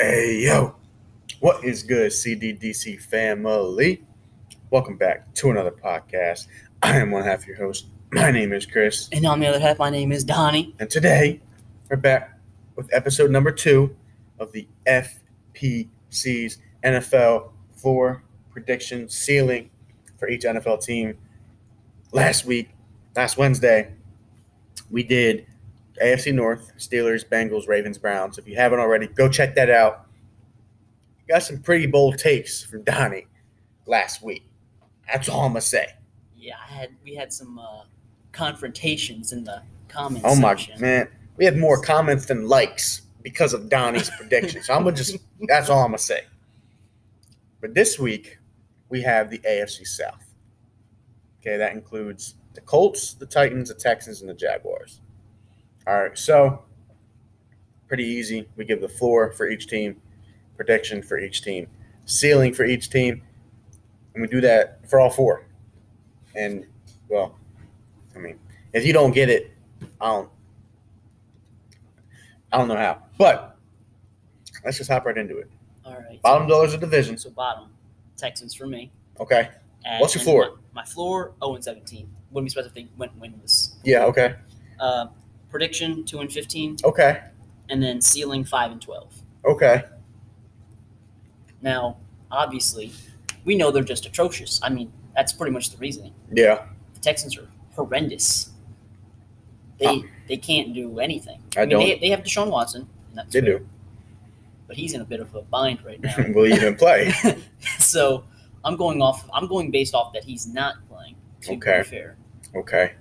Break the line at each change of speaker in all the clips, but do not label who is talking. Hey yo, what is good, CDDC family? Welcome back to another podcast. I am one half of your host. My name is Chris,
And on the other half, my name is Donnie.
and today we're back with episode number two of the FPC's NFL floor prediction ceiling for each NFL team. Last week, last Wednesday, we did AFC North, Steelers, Bengals, Ravens, Browns. If you haven't already, go check that out. Got some pretty bold takes from Donnie last week. That's all I'm gonna say.
Yeah, I had we had some uh, confrontations in the comments.
Oh my
section.
man, we had more comments than likes because of Donnie's predictions. So I'm gonna just that's all I'm gonna say. But this week we have the AFC South. Okay, that includes the Colts, the Titans, the Texans, and the Jaguars. All right, so pretty easy. We give the floor for each team, prediction for each team, ceiling for each team, and we do that for all four. And well, I mean, if you don't get it, I don't. I don't know how, but let's just hop right into it.
All right.
Bottom dollars of divisions.
So bottom, Texans for me.
Okay.
And-
What's your
and
floor?
My, my floor, 0 and 17. Wouldn't be surprised if they went winless.
Yeah. Okay.
Uh, prediction, 2 and 15,
Okay.
and then ceiling, 5 and 12.
Okay.
Now, obviously, we know they're just atrocious. I mean, that's pretty much the reasoning.
Yeah.
The Texans are horrendous. They
Oh.
they can't do anything.
I
mean, They, they have Deshaun Watson. and that's
They
fair.
do.
but he's in a bit of a bind right now.
Will you even play?
so I'm going off. I'm going based off that he's not playing. To
Okay.
Be fair.
Okay.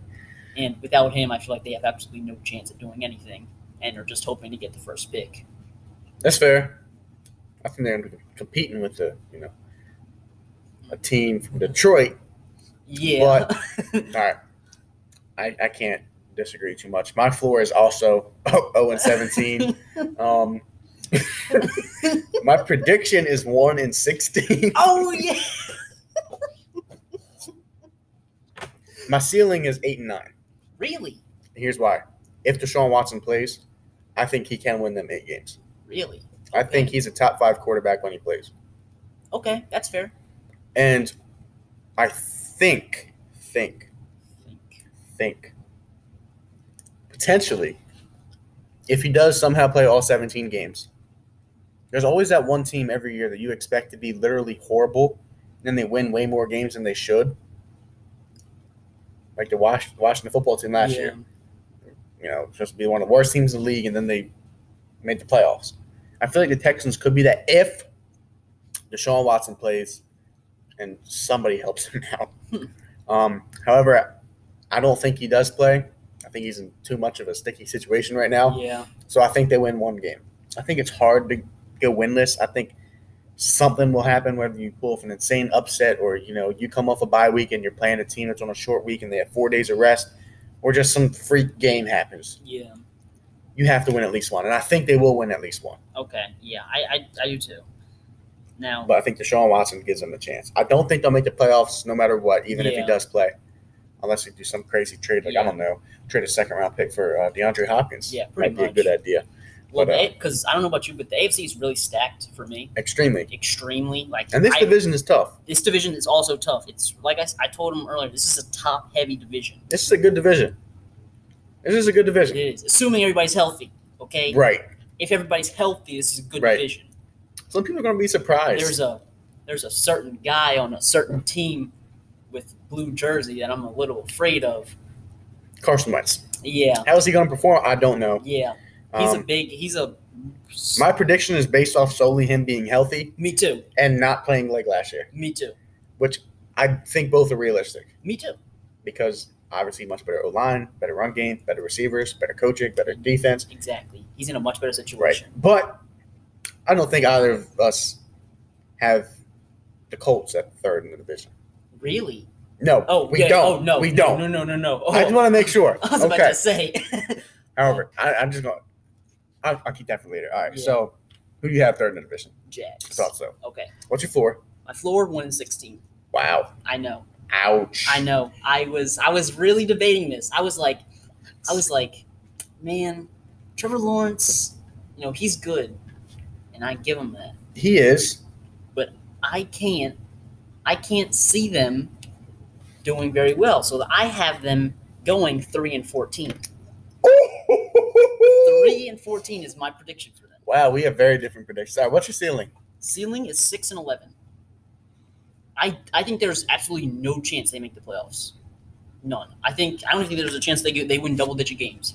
And without him, I feel like they have absolutely no chance of doing anything, and are just hoping to get the first pick.
That's fair. I think they're competing with the you know a team from Detroit.
Yeah.
All right. I I can't disagree too much. My floor is also 0 and 17. Um, my prediction is 1 and 16.
oh yeah.
My ceiling is eight and nine.
Really.
Here's why: if Deshaun Watson plays, I think he can win them eight games.
Really.
I think he's a top five quarterback when he plays,
Okay, that's fair.
and I think, think,
I think.
think, potentially, if he does somehow play all 17 games, there's always that one team every year that you expect to be literally horrible, and then they win way more games than they should. Like the Wash- Washington football team last
yeah.
year. you know, supposed to be one of the worst teams in the league, and then they made the playoffs. I feel like the Texans could be that if Deshaun Watson plays and somebody helps him out.
Hmm.
um, however, I don't think he does play. I think he's in too much of a sticky situation right now.
Yeah.
So I think they win one game. I think it's hard to go winless. I think something will happen whether you pull off an insane upset or you know you come off a bye week and you're playing a team that's on a short week and they have four days of rest, or just some freak game happens
Yeah.
you have to win at least one. And I think they will win at least one.
Okay. Yeah. I I, I do too. Now.
But I think Deshaun Watson gives them a chance. I don't think they'll make the playoffs no matter what, even if he
Yeah.
does play. Unless they do some crazy trade, like I don't know, trade a second round pick for uh, DeAndre Hopkins.
Yeah,
might
pretty
be a
much.
good idea.
well,
but, uh,
because I don't know about you, but the AFC is really stacked for me.
Extremely.
Extremely. Like.
And this
I-
division is tough.
this division is also tough. It's like I, s- I told him earlier, this is a top heavy division.
This is a good division. This is a good
It
division.
is, assuming everybody's healthy. Okay,
Right.
if everybody's healthy, this is a good
Right.
division.
Some people are going to be surprised.
There's a there's a certain guy on a certain team with blue jersey that I'm a little afraid of.
Carson Wentz.
Yeah,
How is he going to perform? I don't know.
yeah, he's a
Um,
big he's a.
my prediction is based off solely him being healthy
me too,
and not playing like last year,
me too,
which I think both are realistic.
me too.
because obviously much better O line, better run game, better receivers, better coaching, better defense.
Exactly, he's in a much better
Right.
situation.
But I don't think either of us have the Colts at third in the division.
Really?
No.
Oh,
we
yeah,
don't.
Oh no,
We don't.
No, no, no, no.
I just
Oh,
want to make sure.
I was about
Okay.
to say.
However, I, I'm just going to. I'll, I'll keep that for later. All right.
Yeah.
So, who do you have third in the division? I
Jags.
thought so.
Okay,
What's your floor?
my floor one in sixteen.
Wow.
I know.
Ouch.
I know. I was I was really debating this. I was like I was like, man, Trevor Lawrence, you know, he's good. and I give them that.
He is.
I can't I can't see them doing very well. So I have them going three and fourteen. Three and fourteen is my prediction for them.
Wow, we have very different predictions. All right, what's your ceiling?
Ceiling is six and eleven. I I think there's absolutely no chance they make the playoffs. None. I think I don't think there's a chance they get, they win double digit games.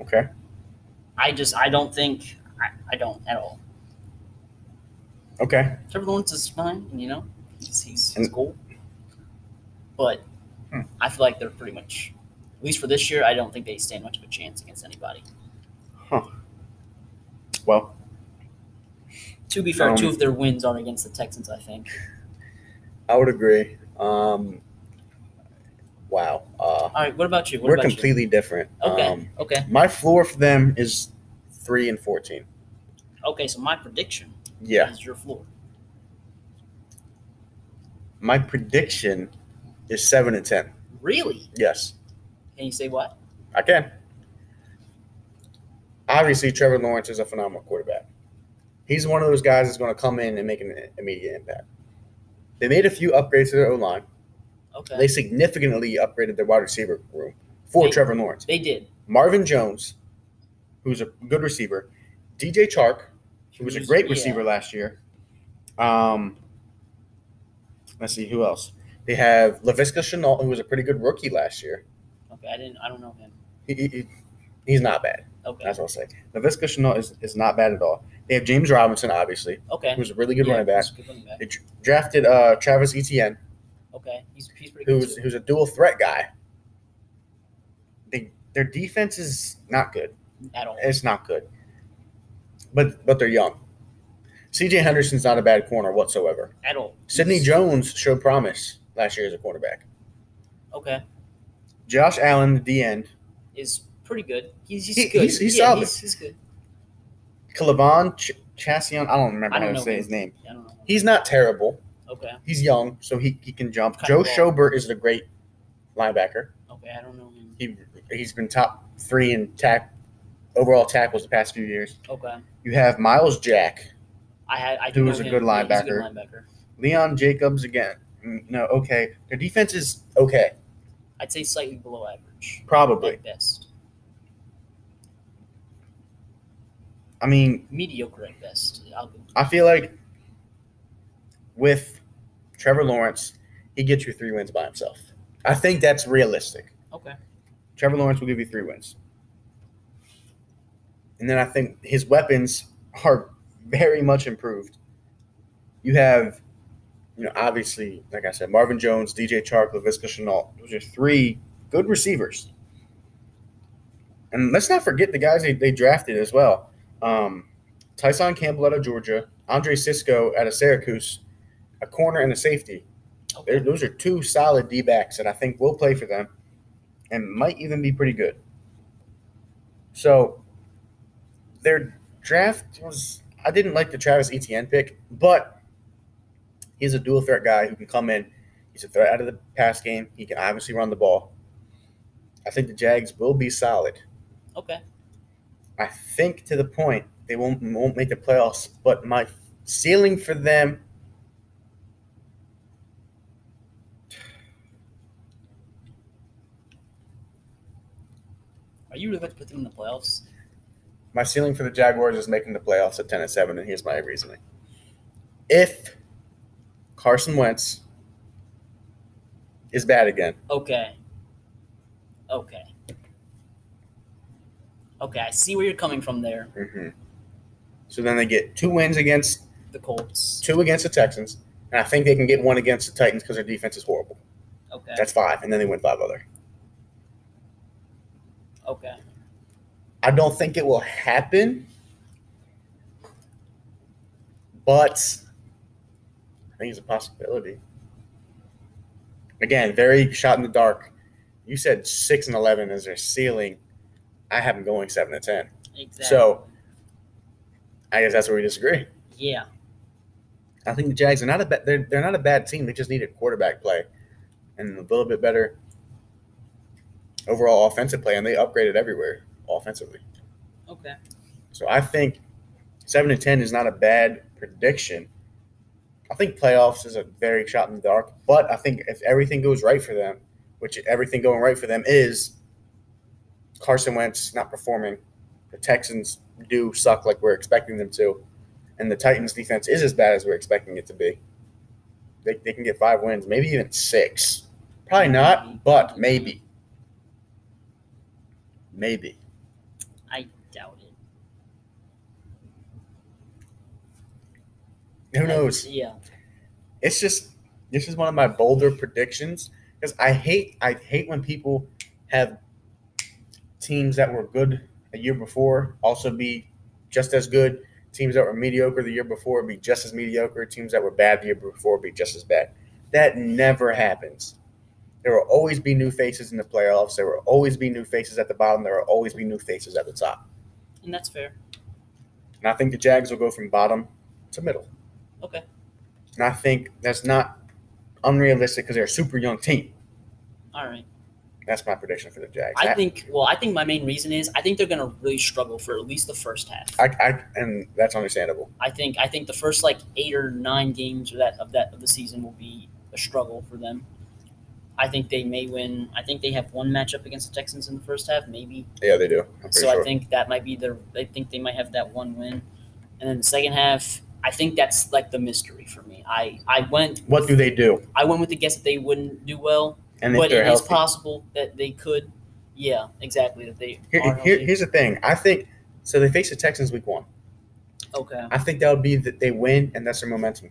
Okay.
I just I don't think I, I don't at all.
Okay.
Trevor Lawrence is fine, you know, he's he's, he's cool. But
Hmm.
I feel like they're pretty much, at least for this year, I don't think they stand much of a chance against anybody.
Well,
To be fair, two
Um,
of their wins are against the Texans, I think.
I would agree. Um, wow. Uh,
All right, what about you? What
we're
about
completely different.
Okay.
Um,
you? Okay,
my floor for them is three and fourteen.
okay. So my prediction
Yeah.
is your floor.
My prediction is seven and ten.
Really?
Yes,
Can you say what?
I can. Obviously, Trevor Lawrence is a phenomenal quarterback. He's one of those guys that's going to come in and make an immediate impact. They made a few upgrades to their O line.
Okay,
They significantly upgraded their wide receiver room for
They-
Trevor Lawrence.
they did.
Marvin Jones, who's a good receiver, DJ Chark, who was a
Who's-
great
yeah.
receiver last year. Um, let's see who else. They have Lavisca Chenault, who was a pretty good rookie last year.
Okay, I didn't. I don't know him.
He, he- he- he's not bad.
Okay,
That's what I'll say. Lavisca Chenault is, is not bad at all. They have James Robinson, obviously,
okay.
who's a really good
Yeah,
running back.
he's a Good running back.
They dr- drafted uh, Travis Etienne,
Okay, he's, he's pretty good.
who's
too.
who's a dual threat guy. They, their defense is not good.
at all?
It's not good. But but they're young. CJ Henderson's not a bad corner whatsoever.
At all.
Sidney
He's-
Jones showed promise last year as a quarterback.
Okay,
Josh Allen, the D end.
is pretty good. He's he's
He-
good.
he's- he's
yeah,
solid.
He's, he's good.
Kalavon Ch- Chassian, I don't remember
I don't
how
know
to say
him.
his name.
I don't know.
He's not terrible.
Okay.
He's young, so he, he can jump.
Cut
Joe
the ball.
Schobert is a great linebacker.
Okay, I don't know him.
He he's been top three in tack overall tackles the past few years.
Okay,
You have Miles Jack,
I had. I do
Who
know
is a
him.
good
Yeah, he's a good
linebacker.
linebacker.
Leon Jacobs again. Mm, No, okay. Their defense is okay,
I'd say slightly below average
probably.
at best,
I mean,
mediocre at best. I'll go.
I feel like with Trevor Lawrence, he gets you three wins by himself. I think that's realistic.
Okay,
Trevor Lawrence will give you three wins. And then I think his weapons are very much improved. You have, you know, obviously, like I said, Marvin Jones, DJ Chark, LaVisca Chenault. Those are three good receivers. And let's not forget the guys they, they drafted as well. Um, Tyson Campbell out of Georgia, Andre Sisco out of Syracuse, a corner and a safety. There-
okay.
those are two solid D backs that I think will play for them and might even be pretty good. So their draft was I didn't like the Travis Etienne pick, but he's a dual threat guy who can come in. He's a threat out of the pass game. He can obviously run the ball. I think the Jags will be solid.
Okay,
I think to the point they won't won't make the playoffs, but my ceiling for them.
are you really about to put them in the playoffs?
My ceiling for the Jaguars is making the playoffs at 10 and 7, and here's my reasoning. If Carson Wentz is bad again,
Okay, okay, okay. I see where you're coming from there.
so then they get two wins against
The Colts.
two against the Texans, and I think they can get one against the Titans because their defense is horrible.
Okay,
That's five, and then they win five other.
okay.
I don't think it will happen, but I think it's a possibility. Again, very shot in the dark. You said six and eleven is their ceiling. I have them going seven to ten.
Exactly.
So I guess that's where we disagree.
yeah,
I think the Jags are not a ba- they're they're not a bad team. They just need a quarterback play and a little bit better overall offensive play, and they upgraded everywhere offensively.
okay.
So I think seven to ten is not a bad prediction. I think playoffs is a very shot in the dark, but I think if everything goes right for them, which everything going right for them is Carson Wentz not performing, the Texans do suck like we're expecting them to, and the Titans defense is as bad as we're expecting it to be. They, they can get five wins, maybe even six. Probably not, but maybe. Maybe.
I doubt it.
Who
I-
knows?
Yeah.
it's just this is one of my bolder predictions because I hate I hate when people have teams that were good a year before also be just as good. Teams that were mediocre the year before be just as mediocre. Teams that were bad the year before be just as bad. That never happens. There will always be new faces in the playoffs. There will always be new faces at the bottom. There will always be new faces at the top.
And that's fair.
And I think the Jags will go from bottom to middle.
Okay.
And I think that's not unrealistic because they're a super young team.
All right.
That's my prediction for the Jags.
I think, well, I think my main reason is I think they're going to really struggle for at least the first half.
I, I, and that's understandable.
I think I think the first like eight or nine games of that of that of the season will be a struggle for them. I think they may win. I think they have one matchup against the Texans in the first half, maybe.
Yeah, they do. I'm pretty
So
sure.
I think that might be their. I think they might have that one win, and then the second half. I think that's like the mystery for me. I I went.
what do they do?
I went with the guess that they wouldn't do well,
And if
but it
they're
is
healthy.
possible that they could. Yeah, exactly. That they
Here, here,
are healthy.
here's the thing. I think so. They face the Texans week one.
okay.
I think that would be that they win, and that's their momentum.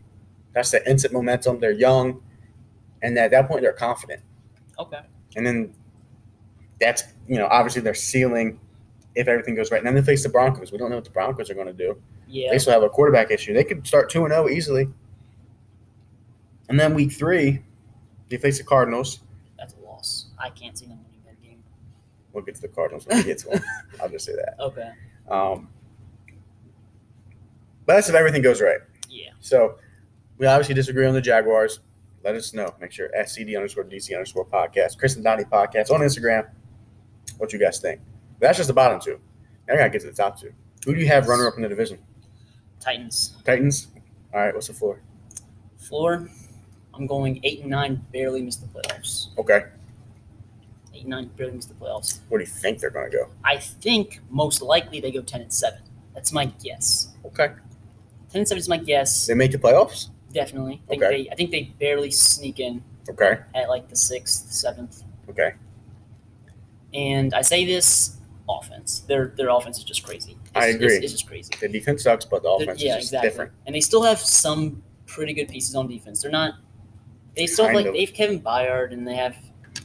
That's the instant momentum. They're young, and at that point, they're confident.
Okay.
And then that's you know obviously their ceiling if everything goes right. And then they face the Broncos. We don't know what the Broncos are going to do.
Yeah.
They still have a quarterback issue. They could start 2 and 0 easily. And then week 3, they face the Cardinals.
That's a loss. I can't see them winning that game.
We'll get to the Cardinals when we get to them. I'll just say that.
Okay.
Um, but that's if everything goes right.
Yeah.
So we obviously disagree on the Jaguars. Let us know. Make sure SCD underscore DC underscore podcast, Chris and Donnie podcast on Instagram. What you guys think? But that's just the bottom two. Now I got to get to the top two. Who do you have runner up in the division?
Titans.
Titans? All right, what's the floor?
floor. I'm going eight and nine, barely missed the playoffs.
Okay.
Eight and nine, barely missed the playoffs.
Where do you think they're going to go?
I think most likely they go ten and seven. That's my guess.
Okay.
Ten and seven is my guess.
They make the playoffs?
Definitely. I think
Okay.
they I think they barely sneak in
Okay.
at like the sixth, seventh.
Okay.
And I say this offense. Their their offense is just crazy. It's,
I agree.
It's, it's just crazy.
The defense sucks, but the
They're-
offense
yeah,
is just
exactly.
different.
And they still have some pretty good pieces on defense. They're not. They still have,
Kind
like
of.
they have Kevin Byard and they have.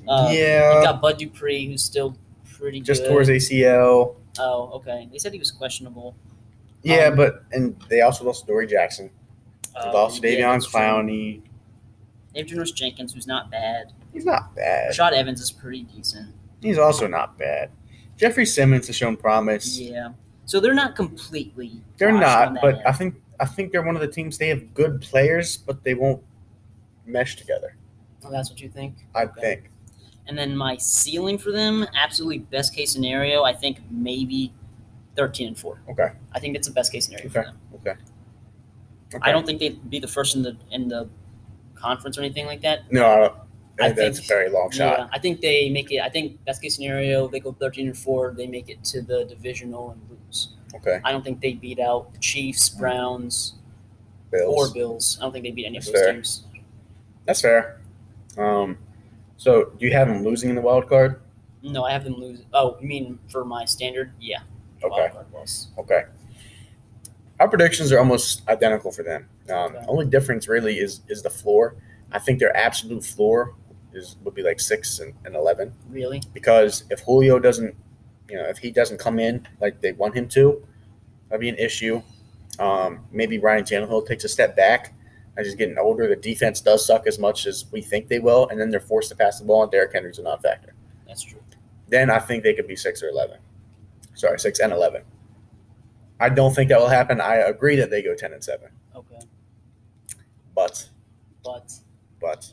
Uh, You
yeah.
got Bud Dupree, who's still pretty
Just
good.
towards ACL.
oh, okay. They said he was questionable.
Yeah,
Um,
but and they also lost Dory Jackson. They
Uh,
lost
yeah,
Davion
that's true.
Clowney.
They have Janoris Jenkins, who's not bad.
He's not bad.
Rashad Evans is pretty decent.
He's also not bad. Jeffrey Simmons has shown promise.
Yeah. So they're not completely.
they're
washed
not,
on that
but uh,
end.
I think I think they're one of the teams. They have good players, but they won't mesh together.
Oh, that's what you think.
I
Okay.
think.
And then my ceiling for them, absolutely best case scenario, I think maybe thirteen and four.
Okay.
I think that's the best case scenario for
Okay.
them.
Okay. okay.
I don't think they'd be the first in the in the conference or anything like that.
No, I don't.
I
that's
think-
a very long shot.
Yeah, I think they make it. I think best case scenario, they go thirteen and four. They make it to the divisional and lose.
Okay,
I don't think they beat out the Chiefs, Browns,
Mm. Bills.
or Bills. I don't think they beat any of
That's
those
fair.
teams.
That's fair. Um, so do you have them losing in the wild card?
No, I have them lose. Oh, you mean for my standard? Yeah.
Okay.
Wild card loss.
Okay. Our predictions are almost identical for them. Um,
Okay.
Only difference really is is the floor. I think their absolute floor is would be like six and, and eleven
Really?
because if Julio doesn't, you know, if he doesn't come in like they want him to, that'd be an issue. Um, maybe Ryan Tannehill takes a step back as he's getting older. The defense does suck as much as we think they will, and then they're forced to pass the ball, and Derrick Henry's a non-factor.
That's true.
Then I think they could be six or eleven. Sorry, six and eleven. I don't think that will happen. I agree that they go ten and seven,
Okay.
but
But
but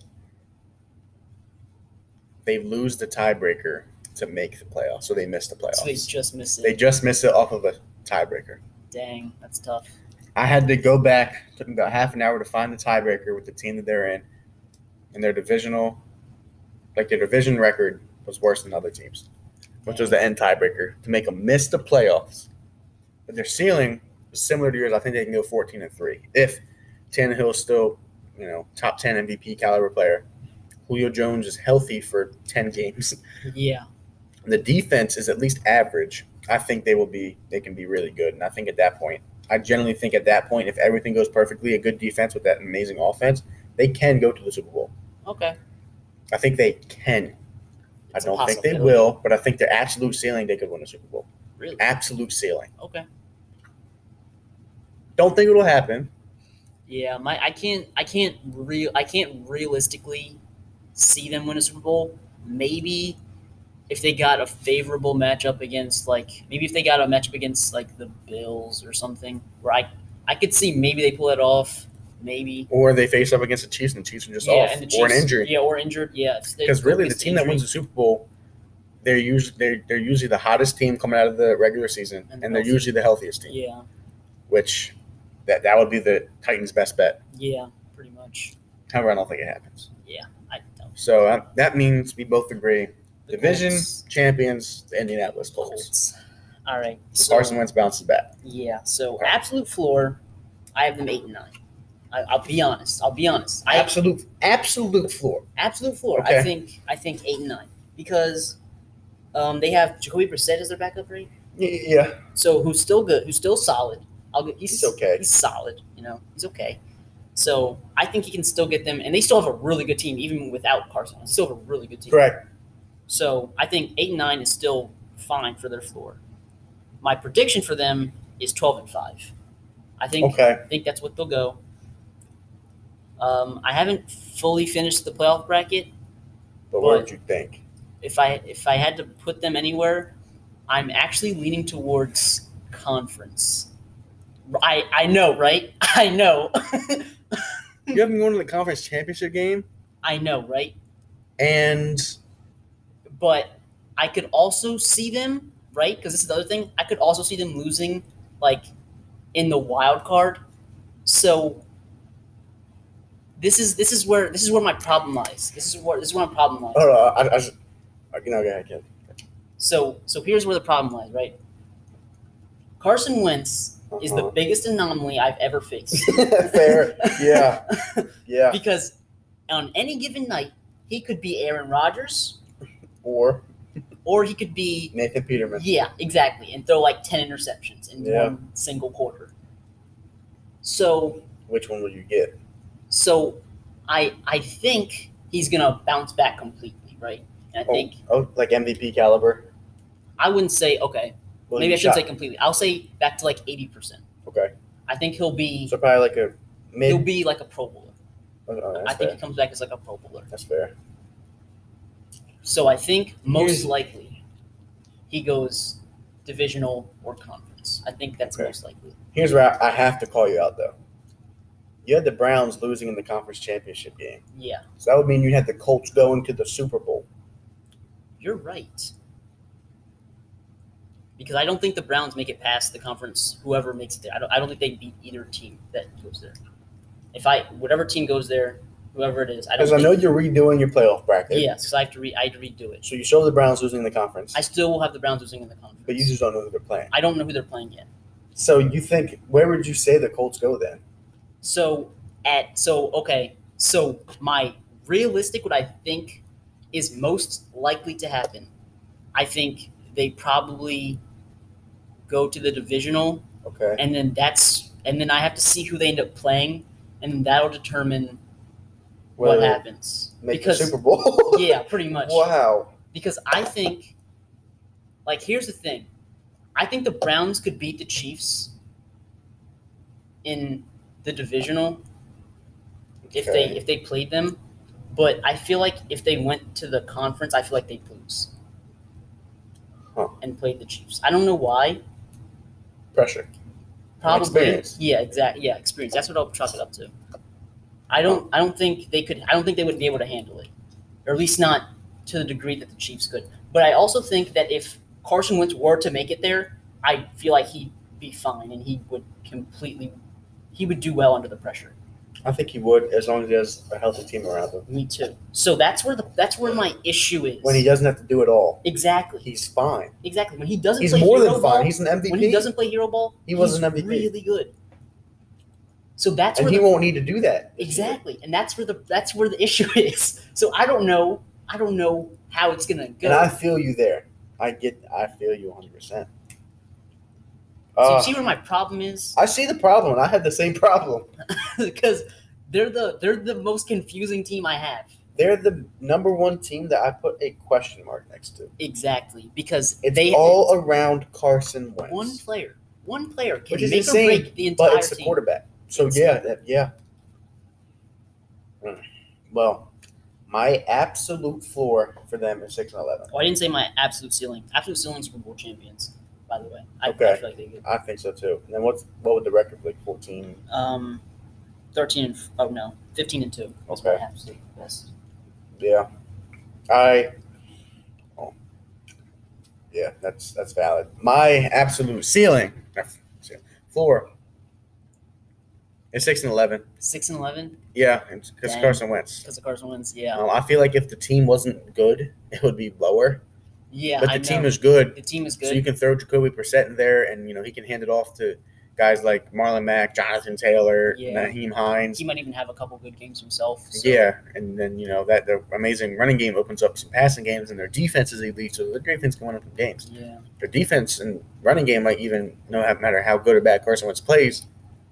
they lose the tiebreaker to make the playoffs, so they miss the playoffs.
so they just missed it.
They just missed it off of a tiebreaker.
Dang, that's tough.
I had to go back, took me about half an hour to find the tiebreaker with the team that they're in, and their divisional, like their division record was worse than other teams, which was the end tiebreaker to make them miss the playoffs. But their ceiling is similar to yours. I think they can go 14 and three if Tannehill is still, you know, top 10 MVP caliber player. Julio Jones is healthy for 10 games.
Yeah.
the defense is at least average, I think they will be they can be really good. And I think at that point, I generally think at that point, if everything goes perfectly, a good defense with that amazing offense, they can go to the Super Bowl.
Okay.
I think they can.
It's a
I don't think they
possibility.
will, but I think their absolute ceiling they could win a Super Bowl.
Really?
Absolute ceiling.
Okay.
Don't think it'll happen.
Yeah, my I can't I can't real I can't realistically see them win a Super Bowl. Maybe if they got a favorable matchup against like maybe if they got a matchup against like the Bills or something where I I could see maybe they pull it off. Maybe
Or they face up against the Chiefs and the Chiefs are just off
and the
or an
Chiefs-
injury.
Yeah, or injured. Yeah, if they-
Because really, the
it's
team that
injury,
wins the Super Bowl, they're usually they're, they're usually the hottest team coming out of the regular season,
And
and, they're
healthy.
usually the healthiest team.
Yeah,
Which that that would be the Titans' best bet.
yeah, pretty much.
However, I don't think it happens.
I don't.
So uh, that means we both agree:
The
division
Colts-
champions, the Indianapolis Colts.
Colts. All right.
So
So,
Carson Wentz bounces back.
Yeah. So
Okay.
absolute floor, I have them eight and nine. I, I'll be honest. I'll be honest. I
Absolute, absolute floor.
absolute floor. I
Okay.
think I think eight and nine because um, they have Jacoby Brissett as their backup, right?
Yeah,
So who's still good? Who's still solid? I'll get. He's,
He's okay.
He's solid. You know, he's okay. So I think he can still get them, and they still have a really good team, even without Carson. They still have a really good team.
correct.
So I think eight and nine is still fine for their floor. My prediction for them is twelve and five. I think
Okay,
I think that's what they'll go. Um, I haven't fully finished the playoff bracket.
but what
But-
did you think?
If I if I had to put them anywhere, I'm actually leaning towards conference. I I know, right? I know,
You haven't gone to the conference championship game,
I know, right?
and
but I could also see them right because this is the other thing. I could also see them losing like in the wild card. So this is this is where this is where my problem lies. This is where this is where my problem lies.
hold on, I, I, just- uh, you know, go ahead, kid.
So so here's where the problem lies, right? Carson Wentz is the
Uh-huh.
biggest anomaly I've ever faced
Fair. Yeah. Yeah.
because on any given night he could be Aaron Rodgers
Or
or he could be
Nathan Peterman.
Yeah, exactly. And throw like 10 interceptions in
Yeah.
one single quarter. So,
Which one will you get?
so I I think he's going to bounce back completely, right? And I think
Oh, like MVP caliber.
I wouldn't say okay.
Will
maybe
you
I shouldn't
shot-
say completely. I'll say back to like 80%.
Okay.
I think he'll be
So probably like a mid.
he'll be like a pro bowler.
Oh, no,
I
that's
think
fair.
he comes back as like a pro bowler.
That's fair.
So I think most
Here's-
likely he goes divisional or conference. I think that's
Okay.
most likely.
Here's where I, I have to call you out though. You had the Browns losing in the conference championship game,
Yeah.
so that would mean you had the Colts going to the Super Bowl.
You're right. Because I don't think the Browns make it past the conference. Whoever makes it there, I don't. I don't think they beat either team that goes there. If I whatever team goes there, whoever it is, I don't.
Because I
Think,
know you're redoing your playoff bracket.
yes, 'cause I have to re. I had to redo it.
So you show the Browns losing the conference,
I still will have the Browns losing in the conference.
but you just don't know who they're playing.
I don't know who they're playing yet.
So you think where would you say the Colts go then?
So at so okay. So my realistic, what I think is most likely to happen, I think they probably go to the divisional
Okay.
and then that's and then I have to see who they end up playing, and then that'll determine
Whether
what
they
happens.
Make
because
the Super Bowl.
yeah, pretty much.
Wow.
Because I think, like, here's the thing, I think the Browns could beat the Chiefs in the divisional if they
Okay.
if they played them, but I feel like if they went to the conference, I feel like they'd lose.
Huh.
And played the Chiefs. I don't know why.
pressure.
Probably.
Experience.
Yeah, exactly. Yeah, experience. That's what I'll chalk it up to. I don't. I don't think they could. I don't think they would be able to handle it, or at least not to the degree that the Chiefs could. But I also think that if Carson Wentz were to make it there, I feel like he be fine, and he would completely, he would do well under the pressure.
I think he would as long as he has a healthy team around him.
Me too. So that's where the that's where my issue is.
When he doesn't have to do it all,
exactly
he's fine.
exactly when he doesn't
He's
play
more
hero
than
ball,
fine. He's an MVP.
when he doesn't play hero ball,
He was
he's
an MVP.
Really good. So that's
and
where
he
the,
won't need to do that.
exactly, and that's where the that's where the issue is. So I don't know. I don't know how it's gonna go.
And I feel you there. I get. I feel you 100. percent
so
uh,
you see where my problem is?
I see the problem, and I had the same problem.
because they're the they're the most confusing team I have.
They're the number one team that I put a question mark next to.
Exactly because
It's
they
all around Carson Wentz,
one player, one player can
Which is
make
insane,
or break the entire
but it's the
team.
quarterback. So
It's-
yeah, that, yeah. Mm. Well, my absolute floor for them is six and eleven.
Oh, I didn't say my absolute ceiling. Absolute ceiling Super Bowl champions, by the way. I, I
Okay.
feel like they did.
I think so too. And then what's what would the record be? Like fourteen.
Um, thirteen and f- oh no, fifteen and two. That's
Okay.
my absolute best.
Yeah, I. Oh. Yeah, that's that's valid. My absolute ceiling, not ceiling, floor, is six and eleven.
Six and eleven
Yeah, because
Dang.
Carson Wentz.
because the Carson wins. Yeah,
Um, I feel like if the team wasn't good, it would be lower.
yeah.
but the
I
team
know.
is good,
the team is
so you
good.
can throw Jacoby Brissett in there, and you know he can hand it off to guys like Marlon Mack, Jonathan Taylor,
Yeah.
Naheem Hines.
He might even have a couple good games himself. so-
Yeah, and then you know that their amazing running game opens up some passing games, and their defense is elite, so their defense can win up some games.
yeah.
Their defense and running game might even no matter how good or bad Carson Wentz plays,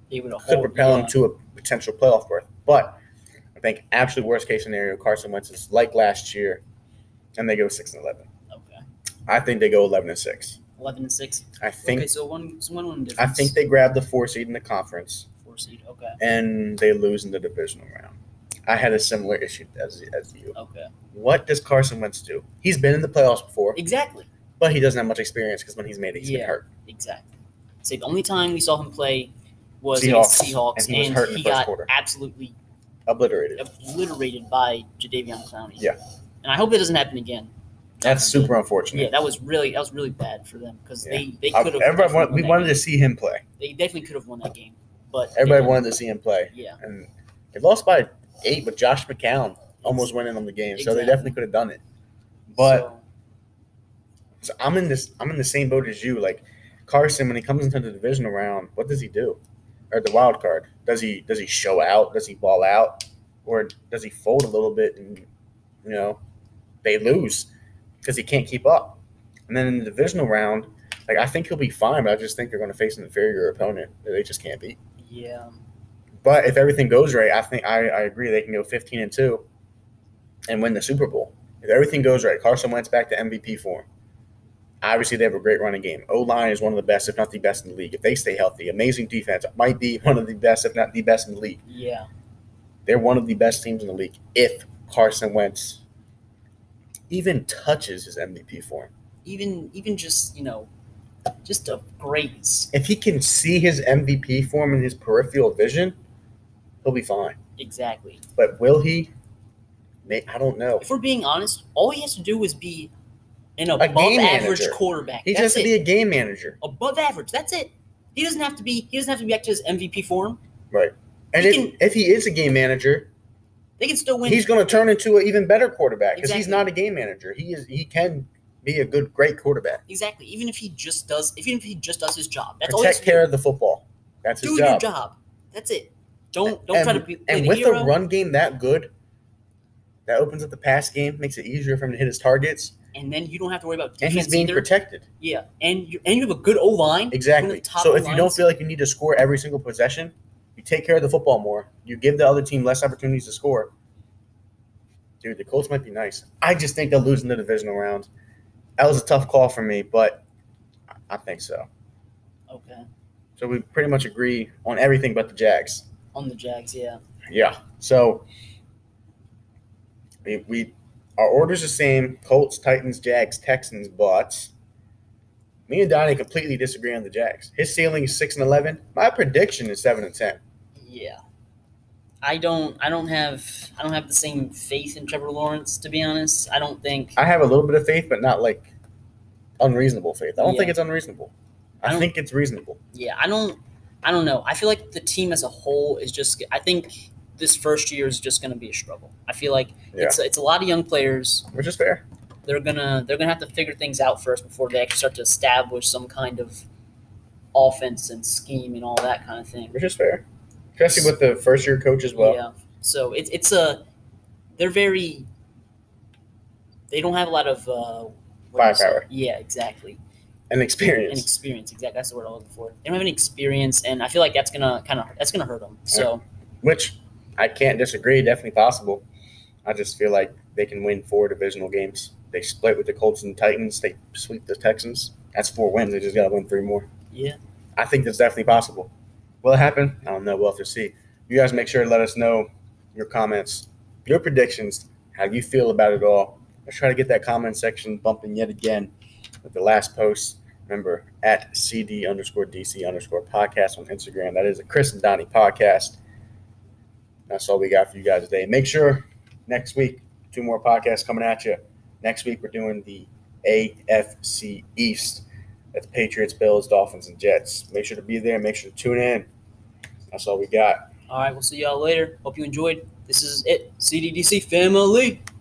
He would
could propel him to a potential playoff berth. But I think absolute worst case scenario, Carson Wentz is like last year, and they go six and eleven.
Okay,
I think they go eleven and six.
eleven and six.
I think
okay, so one, so one, one
I
difference.
think they grab the four seed in the conference
four seed. Okay,
and they lose in the divisional round. I had a similar issue as, as you.
okay,
What does Carson Wentz do? He's been in the playoffs before,
exactly,
but he doesn't have much experience because when he's made it, he's
Yeah.
been hurt.
exactly. See, the only time we saw him play was
Seahawks,
against Seahawks,
and he was hurt in the first
got
quarter.
absolutely
Obliterated.
obliterated by Jadavion Clowney.
Yeah.
and I hope that doesn't happen again.
That's super unfortunate.
Yeah, that was really that was really bad for them because they they
I-
could have.
Uh, everybody wa- we wanted to see him play.
They definitely could have won that game, but they
Everybody
didn't.
wanted to see him play,
Yeah,
and they lost by eight, but Josh McCown almost winning them the game, so they
Exactly.
definitely could have done it. But
so,
So I'm in this. I'm in the same boat as you. Like Carson, when he comes into the divisional round, what does he do? Or the wild card? Does he does he show out? Does he ball out? Or does he fold a little bit and you know they lose because he can't keep up? And then in the divisional round, like I think he'll be fine, but I just think they're going to face an inferior opponent that they just can't beat.
yeah,
But if everything goes right, I think I, I agree they can go 15 and two and win the Super Bowl. If everything goes right, Carson Wentz back to MVP form. Obviously, they have a great running game. O line is one of the best, if not the best in the league. If they stay healthy, amazing defense It might be one of the best, if not the best in the league.
yeah,
They're one of the best teams in the league if Carson Wentz even touches his MVP form.
even even just you know, just a graze.
If he can see his MVP form in his peripheral vision, he'll be fine.
Exactly.
But will he? May- I don't know.
If we're being honest, all he has to do is be an
game
above average
manager.
quarterback.
He
That's
just
it.
be a game manager,
above average. That's it. He doesn't have to be. He doesn't have to be back to his MVP form.
right? And
He
if,
can-
if he is a game manager,
They can still win.
he's going to turn into an even better quarterback because he's
Exactly.
not a game manager. He is. He can be a good, great quarterback.
exactly. Even if he just does, even if he just does his job, that's all. he has
Protect
to do.
care of the football. That's his
do
job.
your job. That's it. Don't don't
and,
try to be play
and
the
with
hero.
a run game that good, that opens up the pass game, makes it easier for him to hit his targets,
and then you don't have to worry about
and
defense
he's being
either.
protected.
yeah, and you and you have a good O line.
Exactly.
top
So if you don't
lines-
feel like you need to score every single possession, you take care of the football more. You give the other team less opportunities to score. Dude, the Colts might be nice. I just think they'll lose in the divisional round. That was a tough call for me, but I- I think so.
Okay,
So we pretty much agree on everything but the Jags.
on the Jags. Yeah,
Yeah. So we, we our orders the same: Colts, Titans, Jags, Texans, but me and Donnie completely disagree on the Jags. His ceiling is six and eleven. My prediction is seven and ten.
yeah. I don't. I don't have. I don't have the same faith in Trevor Lawrence. To be honest, I don't think.
I have a little bit of faith, but not like unreasonable faith. I don't think
Yeah.
it's unreasonable.
I
I
don't-
think it's reasonable.
Yeah, I don't I don't know. I feel like the team as a whole is just I think this first year is just going to be a struggle. I feel like it's it's a lot of young players.
Which is fair.
They're going to they're going to have to figure things out first before they actually start to establish some kind of offense and scheme and all that kind of thing.
Which is fair. Especially with the first year coach as well.
yeah. So it's it's a they're very they don't have a lot of uh what do you say?
Firepower.
Yeah, exactly.
And
and
experience.
experience. Exactly, that's the word I was looking for. They don't have any experience, and I feel like that's gonna kind of that's gonna hurt them. So
Which I can't disagree, definitely possible. I just feel like they can win four divisional games. They split with the Colts and Titans, they sweep the Texans. That's four wins. They just gotta win three more.
yeah,
I think that's definitely possible. Will it happen? I don't know. We'll have to see. You guys make sure to let us know your comments, your predictions, how you feel about it all. Let's try to get that comment section bumping yet again with the last post. Remember, at CD underscore DC underscore podcast on Instagram. That is a Chris and Donnie podcast. That's all we got for you guys today. Make sure next week, two more podcasts coming at you. Next week, we're doing the AFC East. That's Patriots, Bills, Dolphins, and Jets. Make sure to be there. Make sure to tune in. That's all we got.
all right, we'll see y'all later. Hope you enjoyed. This is it, CDDC family.